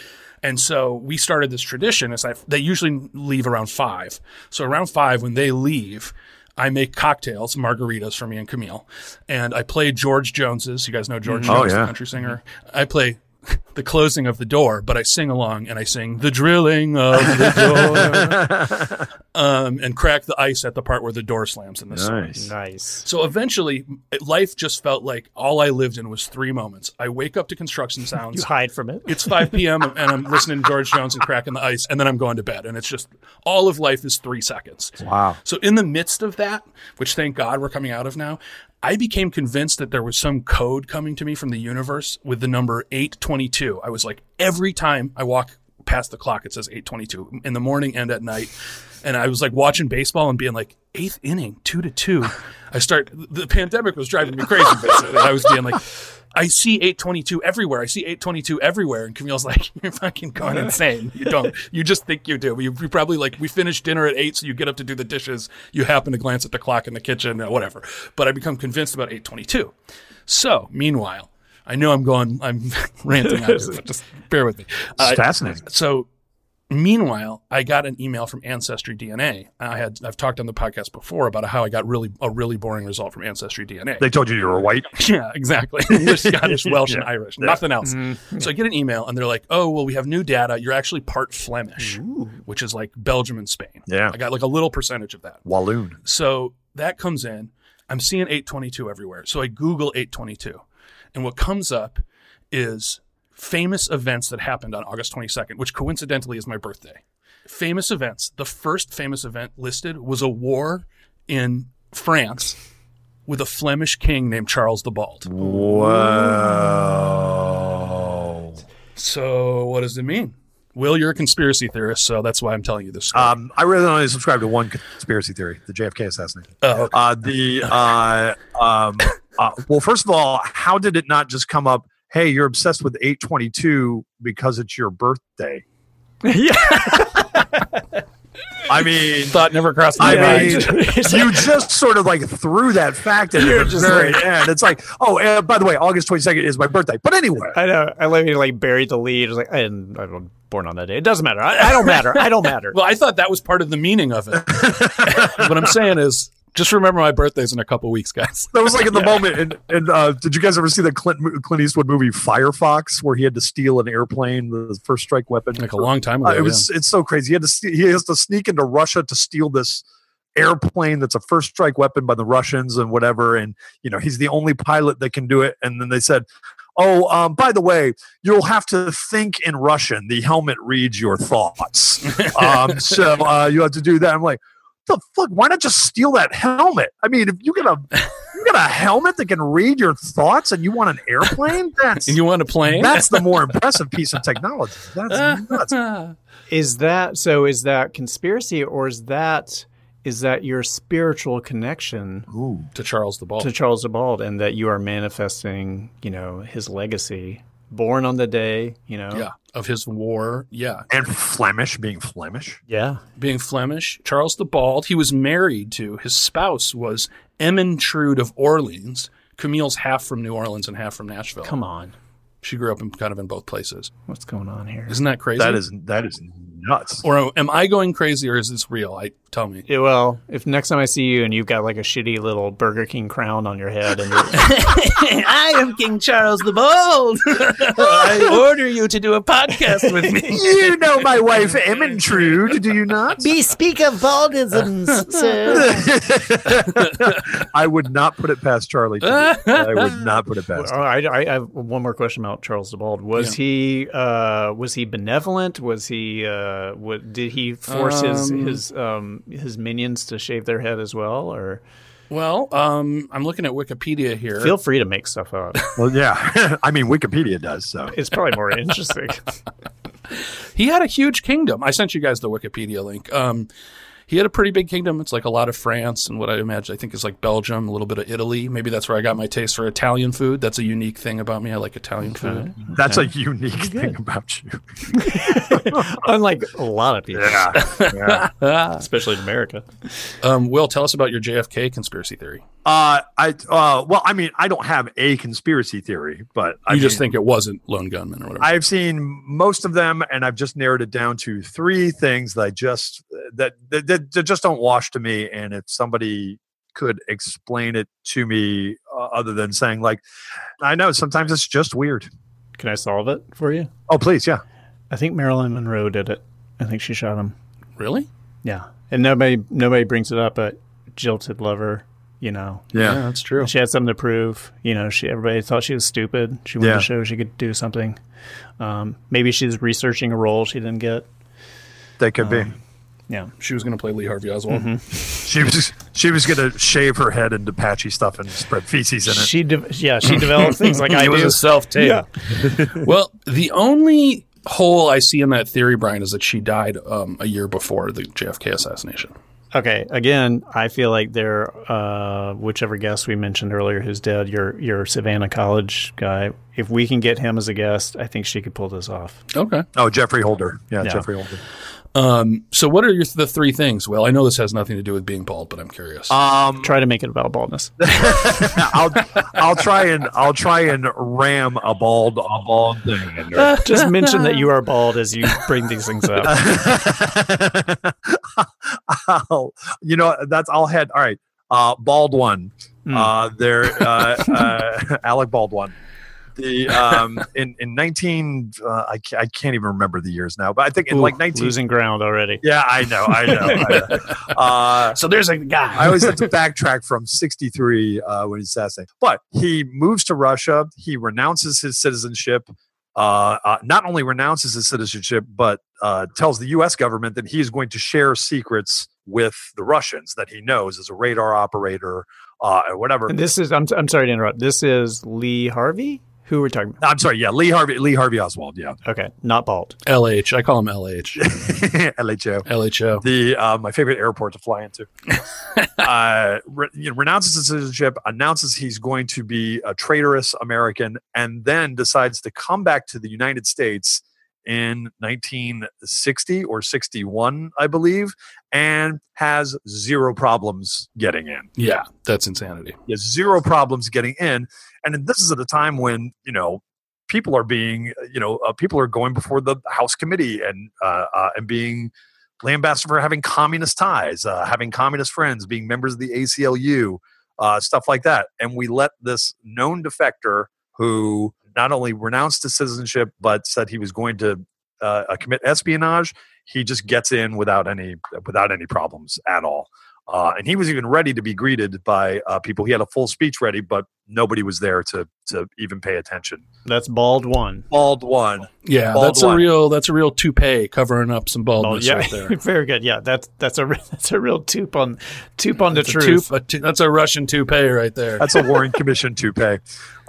And so we started this tradition. Is I they usually leave around five. So around five, when they leave, I make cocktails, margaritas for me and Camille, and I play George Jones's. You guys know George
Oh,
Jones, the
yeah.
country singer. I play the closing of the door, but I sing along and I sing the drilling of the door, um, and crack the ice at the part where the door slams in this. song.
Nice.
Nice.
So eventually, life just felt like all I lived in was three moments. I wake up to construction sounds.
You hide from it.
It's 5 p.m. and I'm listening to George Jones and cracking the ice, and then I'm going to bed. And it's just all of life is three seconds.
Wow.
So in the midst of that, which thank God we're coming out of now, I became convinced that there was some code coming to me from the universe with the number 822. I was like, every time I walk past the clock, it says 822 in the morning and at night. And I was like watching baseball and being like, eighth inning, two to two. I start, the pandemic was driving me crazy. Basically. I was being like, I see 822 everywhere. I see 822 everywhere. And Camille's like, you're fucking going insane. You don't, you just think you do. You, you probably like, we finish dinner at eight. So you get up to do the dishes. You happen to glance at the clock in the kitchen or whatever. But I become convinced about 822. So meanwhile, I know I'm going, I'm ranting out here, but just bear with me.
It's
Uh,
fascinating.
so meanwhile, I got an email from Ancestry DNA. I had, I've talked on the podcast before about how I got really, a really boring result from Ancestry DNA.
They told you you were white.
Yeah, exactly. English, Scottish, Welsh, and
Yeah.
Irish. Nothing else. So I get an email and they're like, oh, well, we have new data. You're actually part Flemish, which is like Belgium and Spain.
Yeah.
I got like a little percentage of that.
Walloon.
So that comes in. I'm seeing 822 everywhere. So I Google 822. And what comes up is famous events that happened on August 22nd, which coincidentally is my birthday. Famous events. The first famous event listed was a war in France with a Flemish king named Charles the Bald.
Whoa.
So what does it mean? Will, you're a conspiracy theorist, so that's why I'm telling you this. story.
Um, I really only subscribe to one conspiracy theory: the JFK assassination.
Oh, okay.
Uh, the uh, um, uh, well, first of all, how did it not just come up? Hey, you're obsessed with 822 because it's your birthday.
yeah.
I mean,
Thought never crossed my
I
mind.
mean, you just sort of like threw that fact in at the very end. It's like, oh, and by the way, August 22nd is my birthday. But anyway,
I know. I let me like bury the lead. I was like, I didn't. I was born on that day. It doesn't matter. I, I don't matter. I don't matter.
Well, I thought that was part of the meaning of it. what I'm saying is, just remember my birthday's in a couple weeks, guys.
that was like in the moment. And, and uh, did you guys ever see the Clint, Clint Eastwood movie Firefox, where he had to steal an airplane, the first strike weapon?
Like a long time ago.
Uh, it was. It's so crazy. He had to. ste- He has to sneak into Russia to steal this airplane that's a first strike weapon by the Russians and whatever. And you know, he's the only pilot that can do it. And then they said, "Oh, um, by the way, you'll have to think in Russian. The helmet reads your thoughts. um, so uh, you have to do that." I'm like. The fuck? Why not just steal that helmet? I mean, if you get a you get a helmet that can read your thoughts, and you want an airplane, that's
And you want to play?
that's the more impressive piece of technology.
Uh.
That's nuts.
Is that so? Is that conspiracy or is that is that your spiritual connection
to Charles the Bald.
to Charles the Bald and that you are manifesting, you know, his legacy, born on the day, you know?
yeah, of his war. Yeah,
and Flemish being Flemish.
Yeah.
being Flemish, Charles the Bald. He was married to his spouse was Ermintrude of Orleans. Camille's half from New Orleans and half from Nashville.
Come on.
She grew up in kind of in both places.
What's going on here?
Isn't that crazy?
That is that is nuts.
Or am I going crazy, or is this real? I tell me.
Yeah, well, if next time I see you and you've got like a shitty little Burger King crown on your head and you're,
I am King Charles the Bold. I order you to do a podcast with me.
You know my wife Ermintrude, do you not?
Bespeak of baldisms, sir.
I would not put it past Charlie. Today. I would not put it past.
Oh, I, I- I have one more question about Charles the Bald. Was he uh, was he benevolent? Was he uh, what, did he force his his um, his minions to shave their head as well? Or
Well, um, I'm looking at Wikipedia here.
feel free to make stuff up.
Well, yeah. I mean, Wikipedia does so.
it's probably more interesting.
He had a huge kingdom. I sent you guys the Wikipedia link. Um, He had a pretty big kingdom. It's like a lot of France and what I imagine I think is like Belgium, a little bit of Italy. Maybe that's where I got my taste for Italian food. That's a unique thing about me. I like Italian food.
That's a unique thing about you.
Unlike a lot of people,
Yeah.
especially in America.
Um, Will, tell us about your JFK conspiracy theory.
Uh, I uh, well, I mean, I don't have a conspiracy theory, but
You
I
just
mean,
think it wasn't lone gunman or whatever.
I've seen most of them, and I've just narrowed it down to three things that I just that that, that, that just don't wash to me. And if somebody could explain it to me, uh, other than saying like, I know sometimes it's just weird.
Can I solve it for you?
Oh, please, yeah.
I think Marilyn Monroe did it. I think she shot him.
really?
Yeah, and nobody nobody brings it up, but jilted lover, you know,
Yeah.
that's true.
she had something to prove. You know, she everybody thought she was stupid. She wanted
Yeah.
to show she could do something. Um, maybe she's researching a role she didn't get.
They could be.
Yeah,
She was going to play Lee Harvey Oswald.
Mm-hmm. She was she was gonna shave her head into patchy stuff and spread feces in it.
she de- yeah she developed things like I
it was
do.
a self tape. well, the only hole I see in that theory, Brian, is that she died um, a year before the JFK assassination.
Okay, again, I feel like there, uh, whichever guest we mentioned earlier who's dead, your your Savannah College guy. If we can get him as a guest, I think she could pull this off.
Okay.
Oh, Jeffrey Holder. Yeah,
Yeah.
Jeffrey Holder.
So, what are your, the three things? Well, I know this has nothing to do with being bald, but I'm curious.
Um,
Try to make it about baldness.
I'll I'll try and I'll try and ram a bald a bald thing in there.
Just mention that you are bald as you bring these things up.
I'll, Oh, you know, that's I'll head. All right, uh, bald one.
Mm.
Uh, there, uh, uh, Alec Bald one. The um, in in nineteen, uh, I ca- I can't even remember the years now, but I think in
Ooh,
like nineteen.
losing ground already.
Yeah, I know, I know. I know. Uh,
So there's a guy.
I always have to backtrack from 63 uh, when he's assassinated. But he moves to Russia. He renounces his citizenship. Uh, uh, not only renounces his citizenship, but uh, tells the U.S. government that he is going to share secrets with the Russians that he knows as a radar operator uh, or whatever.
And this is I'm I'm sorry to interrupt. This is Lee Harvey. Who we're talking about?
I'm sorry, yeah, Lee Harvey, Lee Harvey Oswald, yeah,
Okay, not bald.
LH. I call him LH.
LHO.
LHO.
the uh, my favorite airport to fly into. uh, re- you know, renounces his citizenship, announces he's going to be a traitorous American, and then decides to come back to the United States in 1960 or 61, I believe, and has zero problems getting in.
Yeah, that's insanity.
He has zero problems getting in, and then this is at a time when you know. People are being, you know, uh, people are going before the House committee and uh, uh, and being lambasted for having communist ties, uh, having communist friends, being members of the ACLU, uh, stuff like that. And we let this known defector who not only renounced his citizenship but said he was going to uh, uh, commit espionage. He just gets in without any without any problems at all. Uh, and he was even ready to be greeted by uh, people. He had a full speech ready, but nobody was there to to even pay attention.
That's bald one.
Bald one.
Yeah,
Bald
that's a
one.
real that's a real toupee covering up some baldness
yeah,
right there.
very good. Yeah, that's that's a re- that's a real toop on toop on the
That's a
truth.
toup- a tou- that's a Russian toupee right there.
That's a Warren Commission toupee. Uh,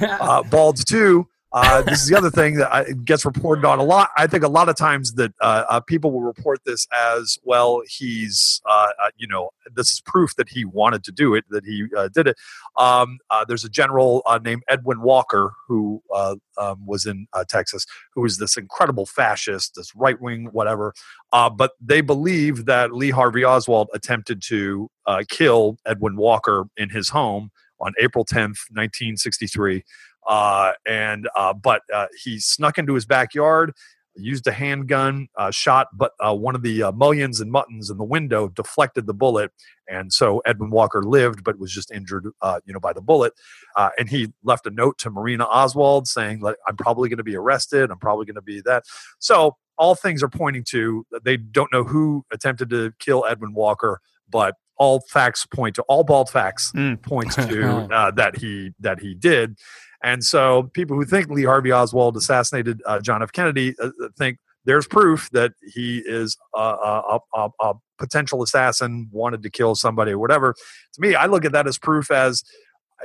uh, bald too. Uh, this is the other thing that I, gets reported on a lot. I think a lot of times that uh, uh, people will report this as well. He's, uh, uh, you know, this is proof that he wanted to do it, that he uh, did it. Um, uh, there's a general uh, named Edwin Walker who uh, um, was in uh, Texas, who is this incredible fascist, this right wing, whatever. Uh, but they believe that Lee Harvey Oswald attempted to uh, kill Edwin Walker in his home on April 10th, 1963. Uh, and uh, but uh, he snuck into his backyard, used a handgun, uh, shot but uh, one of the uh, mullions and muttons in the window, deflected the bullet, and so Edwin Walker lived but was just injured, uh, you know, by the bullet. Uh, and he left a note to Marina Oswald saying, like, "I'm probably going to be arrested. I'm probably going to be that." So all things are pointing to uh, they don't know who attempted to kill Edwin Walker, but all facts point to all bald facts
Mm.
points to uh, that he that he did. And so people who think Lee Harvey Oswald assassinated uh, John F. Kennedy uh, uh, think there's proof that he is uh, a, a, a, a- a potential assassin, wanted to kill somebody or whatever. To me, I look at that as proof as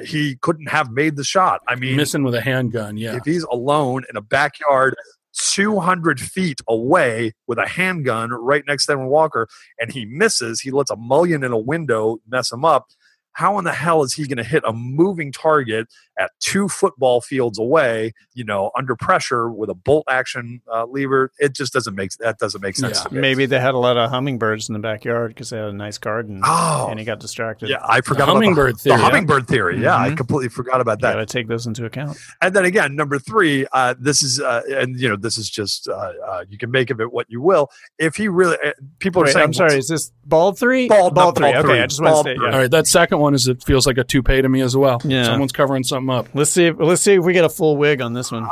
he couldn't have made the shot. I mean,
Missing with a handgun. Yeah,
if he's alone in a backyard 200 feet away with a handgun right next to Evan Walker, and he misses. He lets a mullion in a window mess him up. How in the hell is he going to hit a moving target at two football fields away? You know, under pressure with a bolt action uh, lever. It just doesn't make that doesn't make sense.
Yeah.
to me.
Maybe they had a lot of hummingbirds in the backyard because they had a nice garden,
Oh,
and he got distracted.
yeah, I forgot about the-
hummingbird theory.
The hummingbd theory. Yeah, I
Mhm.
completely forgot about that.
got to take those into account.
and then again, number three, uh, this is, uh, and you know, this is just, uh, uh, you can make of it what you will. If he really, uh, people are
Wait,
saying,
I'm sorry. Is this ball three?
Bald,
ball
not
three.
ball
okay,
three.
I just want
Ball
to say.
three.
Yeah.
All right, that second one is it feels like a toupee to me as well.
Yeah.
Someone's covering something up.
Let's see. If, let's see if we get a full wig on this one.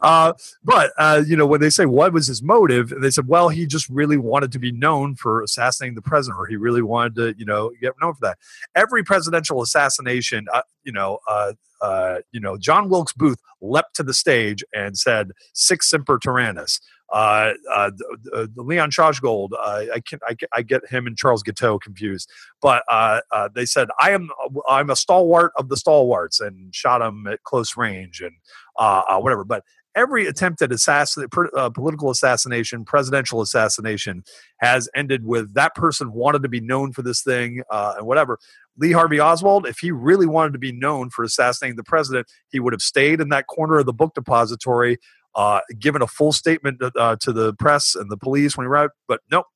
Uh, but uh, you know, when they say what was his motive, and they said, well, he just really wanted to be known for assassinating the president, or he really wanted to, you know, get known for that. Every presidential assassination, uh, you know, uh, uh, you know, John Wilkes Booth leapt to the stage and said, "Six Semper Tyrannis." Uh, uh, the, the Leon Chosgold, uh, I can I, can- I get him and Charles Guiteau confused, but uh, uh, they said I am I'm a stalwart of the stalwarts and shot him at close range and uh, uh, whatever. But every attempt at assassin, per- uh, political assassination, presidential assassination, has ended with that person wanted to be known for this thing uh, and whatever. Lee Harvey Oswald, if he really wanted to be known for assassinating the president, he would have stayed in that corner of the book depository, uh, given a full statement to, uh, to the press and the police when he arrived. But nope.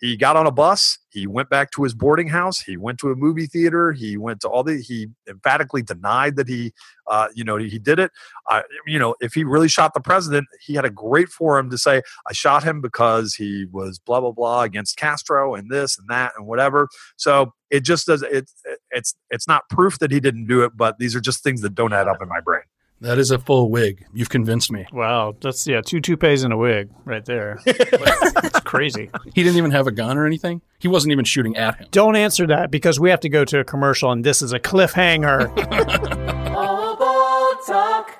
He got on a bus. He went back to his boarding house. He went to a movie theater. He went to all the. He emphatically denied that he, uh, you know, he did it. I, you know, if he really shot the president, he had a great forum to say, I shot him because he was blah, blah, blah against Castro and this and that and whatever. So it just does, it, it's, it's not proof that he didn't do it, but these are just things that don't add up in my brain.
That is a full wig. You've convinced me.
wow, that's yeah, two toupees and a wig right there. It's crazy.
He didn't even have a gun or anything. He wasn't even shooting at him.
Don't answer that because we have to go to a commercial, and this is a cliffhanger.
All aboard talk.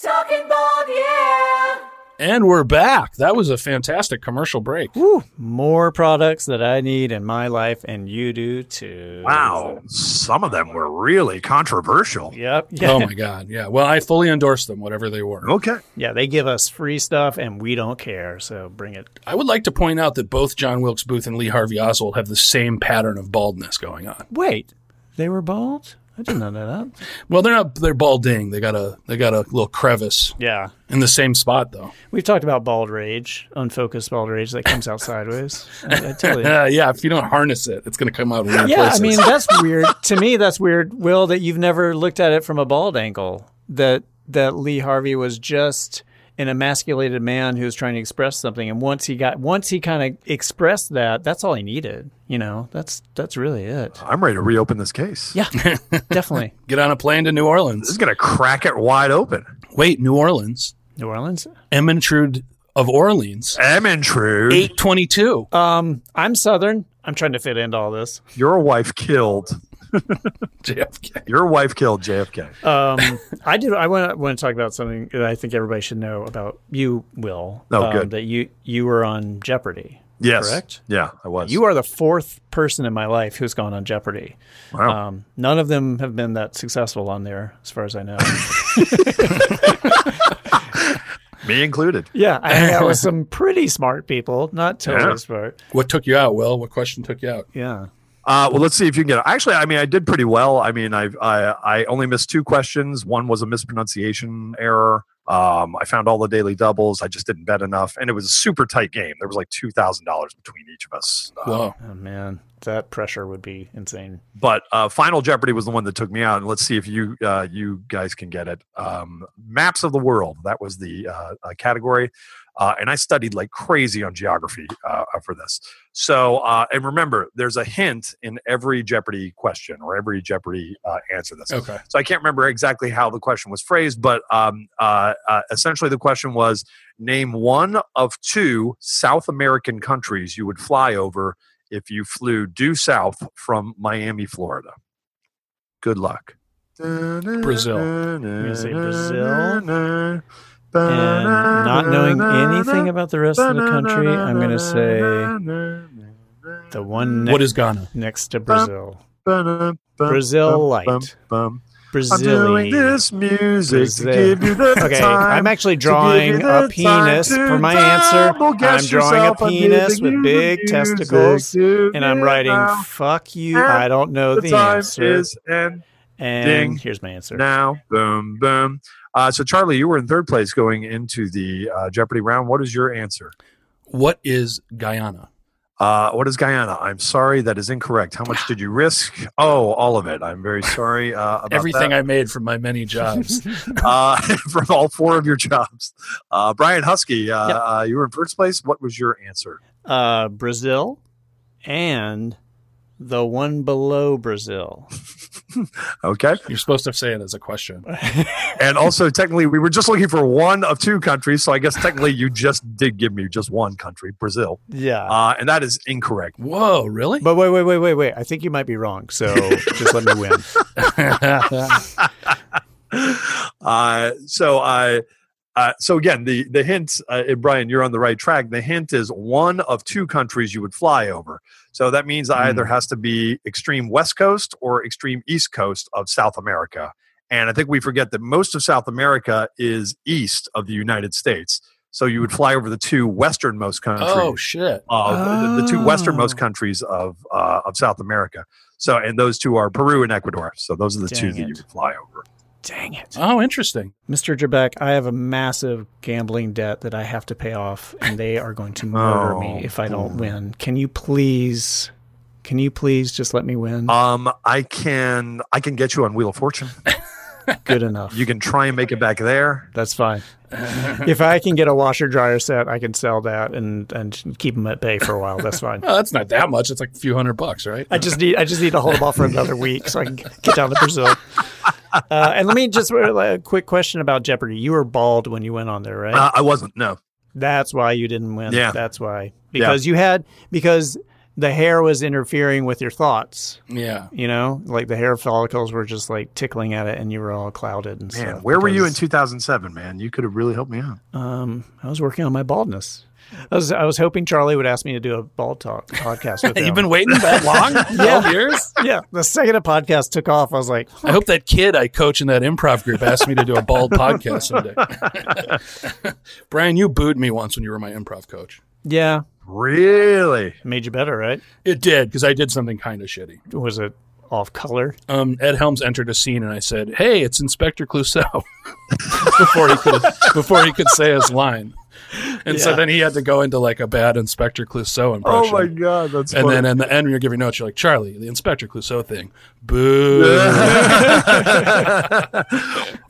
Talking board, yeah.
And we're back. That was a fantastic commercial break.
Woo, more products that I need in my life, and you do too.
Wow. Some of them were really controversial.
Yep. Yeah.
Oh my god. Yeah. Well, I fully endorse them whatever they were.
Okay.
yeah. They give us free stuff, and we don't care. So bring it.
I would like to point out that both John Wilkes Booth and Lee Harvey Oswald have the same pattern of baldness going on.
Wait, they were bald. I didn't know that.
Well, they're not they're balding. They got a they got a little crevice
Yeah.
in the same spot though.
We've talked about bald rage, unfocused bald rage that comes out sideways. I, I tell you.
Uh, Yeah, yeah, if you don't harness it, it's going to come out weird
Yeah,
places.
I mean that's weird. to me, that's weird. Will that you've never looked at it from a bald angle that that Lee Harvey was just an emasculated man who was trying to express something, and once he got once he kind of expressed that, that's all he needed. You know, that's that's really it.
I'm ready to reopen this case.
Yeah. Definitely
get on a plane to New
This
Orleans.
is going to crack it wide open.
Wait, New Orleans.
New Orleans.
Ermintrude of Orleans.
I'm intrude.
822.
Um, I'm Southern. I'm trying to fit into all this.
Your wife killed.
JFK.
Your wife killed JFK.
Um, I do. I want to, want to talk about something that I think everybody should know about you, Will.
Oh,
um,
good.
That you you were on Jeopardy.
Yes.
Correct?
Yeah, I was.
You are the fourth person in my life who's gone on Jeopardy.
Wow.
Um, none of them have been that successful on there, as far as I know.
Me included.
yeah, I hang out with some pretty smart people, not totally
Yeah.
smart.
What took you out, Will? What question took you out?
Yeah.
Uh, well, let's see if you can get it. Actually, I mean, I did pretty well. I mean, I I, I only missed two questions. One was a mispronunciation error. Um, I found all the daily doubles. I just didn't bet enough, and it was a super tight game. There was like two thousand dollars between each of us. Uh,
Whoa.
Oh man, that pressure would be insane.
but uh, Final Jeopardy was the one that took me out. And let's see if you uh, you guys can get it. Um, Maps of the world. That was the uh, uh, category, uh, and I studied like crazy on geography uh, for this. So uh, and remember, there's a hint in every Jeopardy question or every Jeopardy uh, answer. This
Okay.
so I can't remember exactly how the question was phrased, but um, uh, uh, essentially the question was name one of two South American countries you would fly over if you flew due south from Miami, Florida. Good luck.
Brazil.
I'm going
say Brazil. And not knowing anything about the rest of the country, I'm going to say the one next,
What is Ghana?
next to Brazil.
Brazil
Brazil light.
I'm doing
Brazilian.
this music
Brazil.
to give you the
Okay,
time.
I'm actually
to give you the
drawing a
time
penis
to
for my answer.
double guess
I'm drawing a
yourself. I'm
penis
giving
with
you the
big
music
testicles,
to
and I'm
give
writing
now.
"fuck you."
And
I don't know
The,
the,
time
answer.
is and
and
ding.
here's my answer.
now boom boom. Uh, so Charlie, you were in third place going into the uh, Jeopardy round. What is your answer?
What is Guyana?
Uh, what is Guyana? I'm sorry, that is incorrect. How much did you risk? Oh, all of it. I'm very sorry uh, about
Everything
that.
I made from my many jobs.
uh, from all four of your jobs. Uh, Brian Husky, uh,
Yep.
uh, you were in first place. What was your answer?
Uh, Brazil and the one below Brazil.
Okay.
You're supposed to say it as a question.
And also, technically, we were just looking for one of two countries. So I guess technically, you just did give me just one country, Brazil.
Yeah.
Uh, and that is incorrect.
Whoa, really?
But wait, wait, wait, wait, wait. I think you might be wrong. So just let me win.
Uh, so I. Uh, so again, the the hint, uh, and Brian, you're on the right track. The hint is one of two countries you would fly over. So that means
Hmm.
either has to be extreme west coast or extreme east coast of South America. And I think we forget that most of South America is east of the United States. So you would
Hmm.
fly over the two westernmost countries
oh shit.
of the, the two
Oh.
westernmost countries of uh, of South America. So, and those two are Peru and Ecuador. So those are the two that
Dang
you
it.
can fly over.
Dang it.
Oh, interesting.
Mr. Trebek, I have a massive gambling debt that I have to pay off, and they are going to murder
Oh.
me if I don't win. Can you please, can you please just let me win?
Um, I can I can get you on Wheel of Fortune.
Good enough.
You can try and make it back there.
That's fine. if I can get a washer dryer set, I can sell that and and keep them at bay for a while. That's fine.
Oh, that's not that much. It's like a few hundred bucks, right?
I just need I just need to hold them off for another week so I can get down to Brazil. Uh, and let me just a quick question about Jeopardy. You were bald when you went on there, right?
Uh, I wasn't. No.
That's why you didn't win.
Yeah.
That's why. Because you had because the hair was interfering with your thoughts,
yeah.
you know? Like the hair follicles were just like tickling at it and you were all clouded and
Man,
stuff.
where were you in
because,
2007, man? You could have really helped me out.
um I was working on my baldness. I was I was hoping Charlie would ask me to do a bald talk podcast with him.
You've been waiting that long? Twelve years?
yeah, the second a podcast took off, I was like,
I hope that kid I coach in that improv group asked me to do a bald podcast someday. Brian, you booed me once when you were my improv coach.
yeah,
Really?
it made you better, right?
It did because I did something kind of shitty.
Was it off color?
Um, Ed Helms entered a scene, and I said, "Hey, it's Inspector Clouseau," before he could before he could say his line. And so
Yeah.
then he had to go into like a bad Inspector Clouseau impression.
Oh god, that's
and then in the end, when you're giving notes, you're like, "Charlie, the Inspector Clouseau thing." Boo!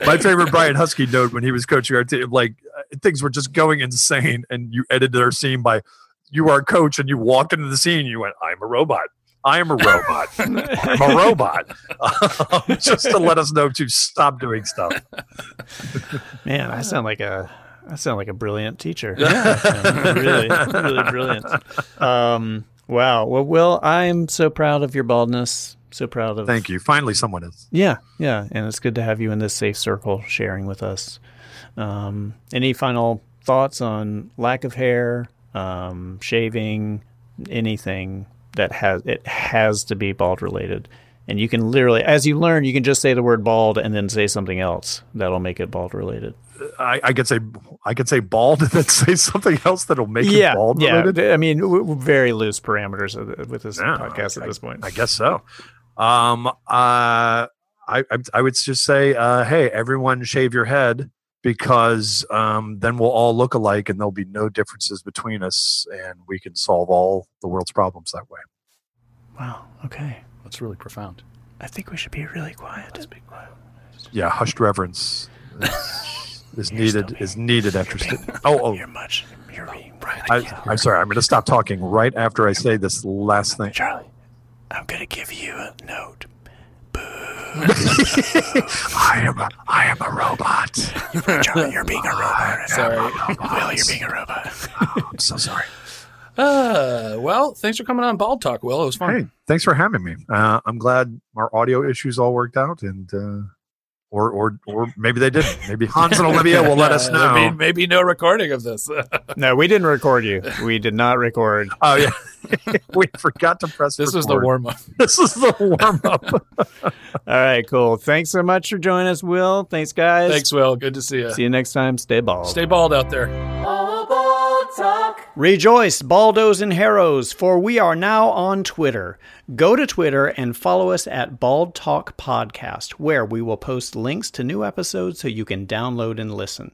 My favorite Brian Husky note when he was coaching our team, like uh, things were just going insane, and you edited our scene by you are a coach and you walked into the scene, and you went, "I'm a robot." I am a robot. I'm a robot. Um, just to let us know to stop doing stuff.
Man, I sound like a I sound like a brilliant teacher. Yeah. really, really brilliant. Um, wow. Well, Will, I'm so proud of your baldness. So proud of.
Thank you. Finally, someone is.
Yeah, yeah, and it's good to have you in this safe circle sharing with us. Um, any final thoughts on lack of hair, um, shaving, anything that has it has to be bald related. And you can literally, as you learn, you can just say the word bald and then say something else that'll make it bald related.
I, I could say I could say bald and then say something else that'll make it bald
yeah.
related.
I mean, w- w- very loose parameters of the- with this
Yeah,
podcast at this point.
I guess so. Um, uh, I, I I would just say, uh, hey, everyone, shave your head because um, then we'll all look alike and there'll be no differences between us, and we can solve all the world's problems that way.
wow. Okay.
That's really profound.
I think we should be really quiet. Let's be quiet.
Yeah, hushed reverence is, is needed. Is needed after. sti- oh, oh.
You're much. You're being right.
I, I'm sorry. I'm going to stop talking right after I say this last thing.
Charlie, I'm gonna give you a note.
I am. A, I am a robot.
Charlie, you're being a robot.
Sorry.
Will, you're being a robot.
I'm so sorry.
Uh, well, thanks for coming on Bald Talk, Will. It was fun.
Hey, thanks for having me. Uh, I'm glad our audio issues all worked out, and uh, or or or maybe they didn't. Maybe Hans and Olivia will let us know.
Maybe, Uh, maybe no recording of this.
No, we didn't record you. We did not record.
oh yeah, we forgot to press.
this was the
record.
warm up.
This is the warm up.
All right, cool. Thanks so much for joining us, Will. Thanks, guys.
Thanks, Will. Good to see you.
See you next time. Stay bald.
Stay bald out there.
All aboard talk.
Rejoice, Baldos and Harrows, for we are now on Twitter. Go to Twitter and follow us at Bald Talk Podcast, where we will post links to new episodes so you can download and listen.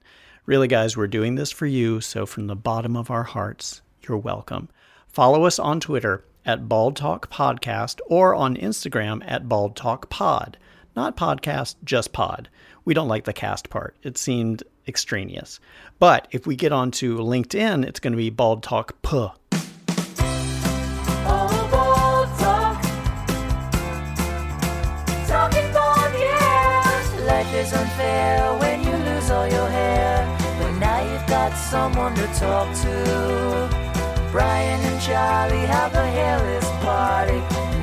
Really, guys, we're doing this for you, so from the bottom of our hearts, you're welcome. Follow us on Twitter at Bald Talk Podcast or on Instagram at Bald Talk Pod. Not podcast, just pod. We don't like the cast part. It seemed extraneous. But if we get onto LinkedIn, it's going to be Bald Talk Puh.
All aboard talk. Talking bald, yeah. Life is unfair when you lose all your hair. But now you've got someone to talk to. Brian and Charlie have a hairless party.